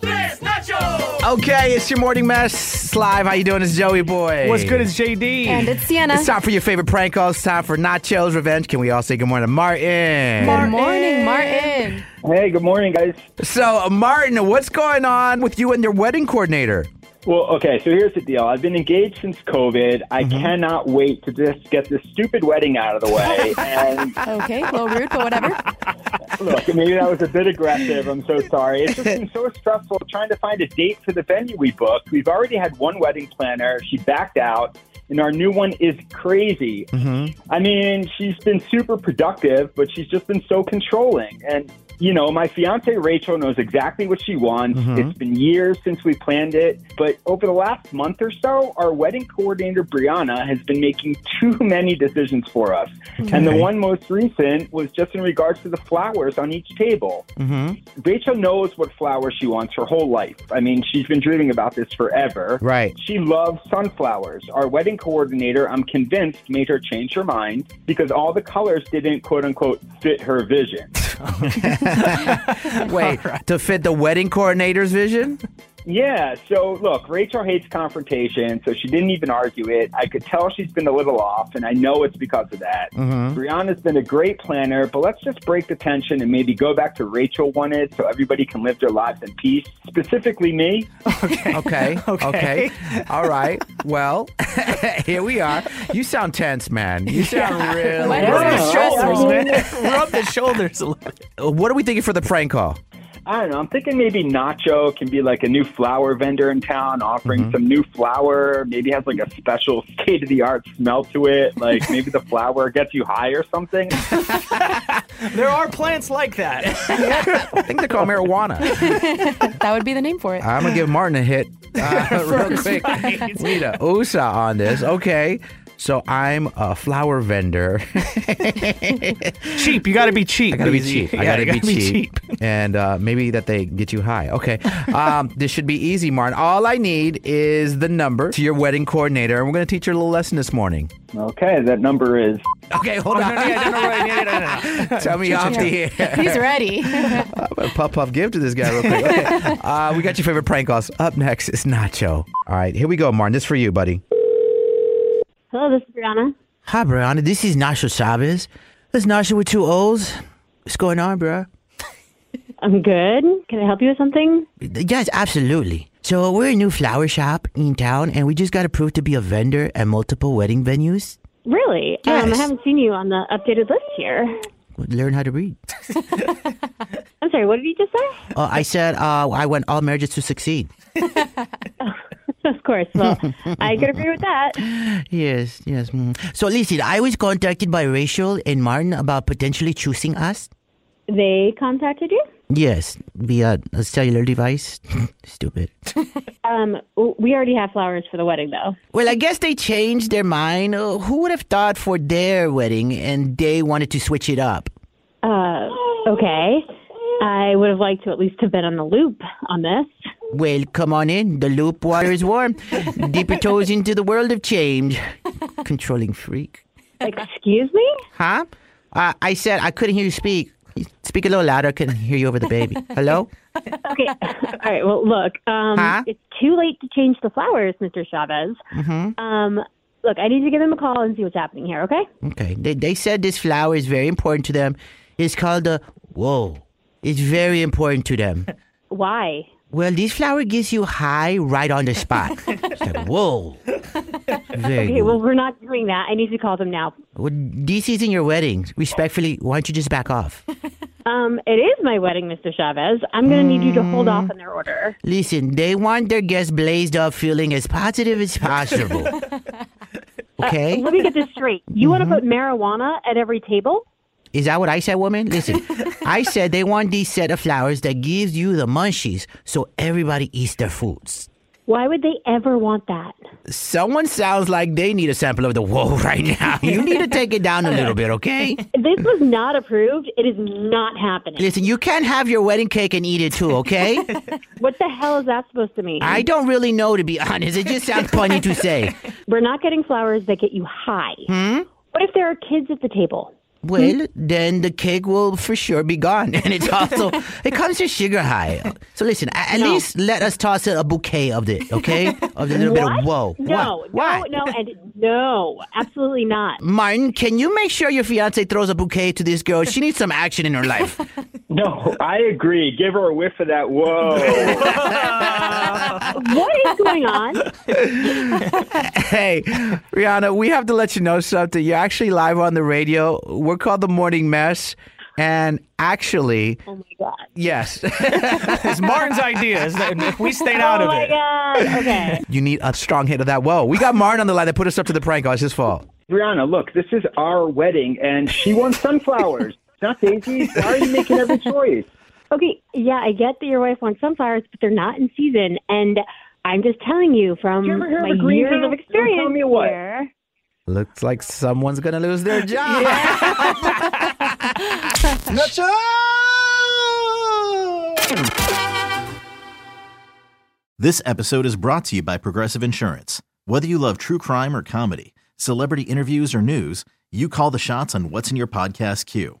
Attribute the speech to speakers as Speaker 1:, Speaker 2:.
Speaker 1: tres, Nacho.
Speaker 2: Okay, it's your morning mess live. How you doing? It's Joey Boy.
Speaker 1: What's good is JD.
Speaker 3: And it's Sienna.
Speaker 2: It's time for your favorite prank calls. Time for Nacho's revenge. Can we all say good morning, to Martin?
Speaker 3: Good morning, Martin.
Speaker 4: Hey, good morning, guys.
Speaker 2: So, uh, Martin, what's going on with you and your wedding coordinator?
Speaker 4: Well, okay, so here's the deal. I've been engaged since COVID. I cannot wait to just get this stupid wedding out of the way. and
Speaker 3: Okay, a little rude, but whatever.
Speaker 4: look, maybe that was a bit aggressive. I'm so sorry. It's just been so stressful trying to find a date for the venue we booked. We've already had one wedding planner. She backed out, and our new one is crazy. I mean, she's been super productive, but she's just been so controlling. And, you know, my fiance Rachel knows exactly what she wants. It's been years since we planned it. But over the last month or so, our wedding coordinator, Brianna, has been making too many decisions for us. And the one most recent was just in regards to the flowers on each table. Rachel knows what flower she wants her whole life. I mean, she's been dreaming about this forever.
Speaker 2: Right.
Speaker 4: She loves sunflowers. Our wedding coordinator, I'm convinced, made her change her mind because all the colors didn't quote unquote fit her vision.
Speaker 2: Wait, to fit the wedding coordinator's vision?
Speaker 4: yeah, so look, Rachel hates confrontation, so she didn't even argue it. I could tell she's been a little off, and I know it's because of that. Brianna's been a great planner, but let's just break the tension and maybe go back to Rachel wanted so everybody can live their lives in peace, specifically me.
Speaker 2: Okay. okay. All right. Well, here we are. You sound tense, man. You sound really.
Speaker 3: Why
Speaker 2: Rub
Speaker 3: does
Speaker 2: the
Speaker 3: it
Speaker 2: shoulders,
Speaker 3: stress
Speaker 2: man. Rub the shoulders a little. What are we thinking for the prank call?
Speaker 4: I don't know. I'm thinking maybe Nacho can be like a new flower vendor in town, offering some new flower. Maybe has like a special state of the art smell to it. Like maybe the flower gets you high or something.
Speaker 1: There are plants like that.
Speaker 2: I think they call marijuana.
Speaker 3: That would be the name for it.
Speaker 2: I'm gonna give Martin a hit uh, real quick. We need a USA on this. Okay. So I'm a flower vendor.
Speaker 1: cheap. You got to be cheap.
Speaker 2: I gotta be
Speaker 1: BZ.
Speaker 2: cheap. I
Speaker 1: Yeah,
Speaker 2: gotta, be,
Speaker 1: you
Speaker 2: cheap. and uh, maybe that they get you high. Okay. Um, this should be easy, Martin. All I need is the number to your wedding coordinator, and we're gonna teach her a little lesson this morning. Oh,
Speaker 4: Okay, that number is.
Speaker 2: Okay, hold on. Tell me off the air.
Speaker 3: He's ready.
Speaker 2: I'm gonna puff puff give to this guy real quick. Okay. Uh, we got your favorite prank calls. Up next is Nacho. All right, here we go, Martin. This is for you, buddy.
Speaker 5: Hello, this is Brianna.
Speaker 2: Hi, Brianna. This is Nacho Chavez. This is Nacho with two O's. What's going on, bro?
Speaker 5: I'm good. Can I help you with something?
Speaker 2: Yes, absolutely. So we're a new flower shop in town, and we just got approved to be a vendor at multiple wedding venues.
Speaker 5: Really? Um, I
Speaker 2: Yes.
Speaker 5: haven't seen you on the updated list here.
Speaker 2: Learn how to read.
Speaker 5: I'm sorry, what did you just say?
Speaker 2: Uh, I said uh, I want all marriages to succeed.
Speaker 5: of course. Well, I could agree with that.
Speaker 2: Yes, yes. mm. So listen, I was contacted by Rachel and Martin about potentially choosing us.
Speaker 5: They contacted you?
Speaker 2: Yes, via a cellular device. Stupid.
Speaker 5: Um, w- we already have flowers for the wedding, though.
Speaker 2: Well, I guess they changed their mind. Uh, who would have thought for their wedding and they wanted to switch it up?
Speaker 5: Uh, okay. I would have liked to at least have been on the loop on this.
Speaker 2: Well, come on in. The loop water is warm. Dip your toes into the world of change. Controlling freak.
Speaker 5: Excuse me?
Speaker 2: Huh? Uh, I said I couldn't hear you speak. Speak a little louder. I couldn't hear you over the baby. Hello?
Speaker 5: Okay. All right. Well, look, um,
Speaker 2: Huh?
Speaker 5: it's too late to change the flowers, Mr. Chavez.
Speaker 2: Mm-hmm.
Speaker 5: Um, look, I need to give him a call and see what's happening here, okay?
Speaker 2: Okay. They, they said this flower is very important to them. It's called the. Whoa. It's very important to them.
Speaker 5: Why?
Speaker 2: Well, this flower gives you high right on the spot. It's like, whoa. Very
Speaker 5: Okay,
Speaker 2: good.
Speaker 5: well, we're not doing that. I need to call them now.
Speaker 2: Well, this isn't your wedding. Respectfully, why don't you just back off?
Speaker 5: Um, it is my wedding, Mr. Chavez. I'm going to need you to hold
Speaker 2: Mm.
Speaker 5: off on their order.
Speaker 2: Listen, they want their guests blazed up, feeling as positive as possible. Okay?
Speaker 5: Let me get this straight. You
Speaker 2: Mm-hmm.
Speaker 5: want to put marijuana at every table?
Speaker 2: Is that what I said, woman? Listen, I said they want these set of flowers that gives you the munchies so everybody eats their foods.
Speaker 5: Why would they ever want that?
Speaker 2: Someone sounds like they need a sample of the whoa right now. You need to take it down a little bit, okay?
Speaker 5: This was not approved. It is not happening.
Speaker 2: Mm. Listen, you can't have your wedding cake and eat it too, okay?
Speaker 5: What the hell is that supposed to mean?
Speaker 2: I don't really know, to be honest. It just sounds funny to say.
Speaker 5: We're not getting flowers that get you high.
Speaker 2: Hmm?
Speaker 5: What if there are kids at the table? Hmm?
Speaker 2: Well, then the cake will for sure be gone, and it's also it comes to sugar high. So listen, a- at least let us toss a bouquet of it, okay? Of a little bit of whoa.
Speaker 5: No,
Speaker 2: What? Why?
Speaker 5: no, no, and no, absolutely not.
Speaker 2: Martin, can you make sure your fiance throws a bouquet to this girl? She needs some action in her life.
Speaker 4: No, I agree. Give her a whiff of that. Whoa.
Speaker 5: What is going on? Oh
Speaker 2: hey, Rihanna, we have to let you know something. You're actually live on the radio. We're called the Morning Mess, and actually,
Speaker 5: Oh my god.
Speaker 2: yes,
Speaker 1: It's Martin's idea. Is that if we stayed out
Speaker 5: Oh
Speaker 1: of
Speaker 5: my
Speaker 1: it.
Speaker 5: god. Okay.
Speaker 2: you need a strong hit of that. Whoa, we got Martin on the line that put us up to the prank. Oh, it's his fault.
Speaker 4: Brianna, look, this is our wedding, and she wants sunflowers. It's not daisies. Why are you making every choice?
Speaker 5: Okay, yeah, I get that your wife wants sunflowers, but they're not in season and I'm just telling you from
Speaker 4: You ever hear of
Speaker 5: my
Speaker 4: a greenhouse?
Speaker 5: years
Speaker 4: Don't
Speaker 5: of
Speaker 4: tell
Speaker 5: experience
Speaker 4: me what.
Speaker 5: here.
Speaker 2: Looks like someone's gonna lose their job.
Speaker 6: This episode is brought to you by Progressive Insurance. Whether you love true crime or comedy, celebrity interviews or news, you call the shots on what's in your podcast queue.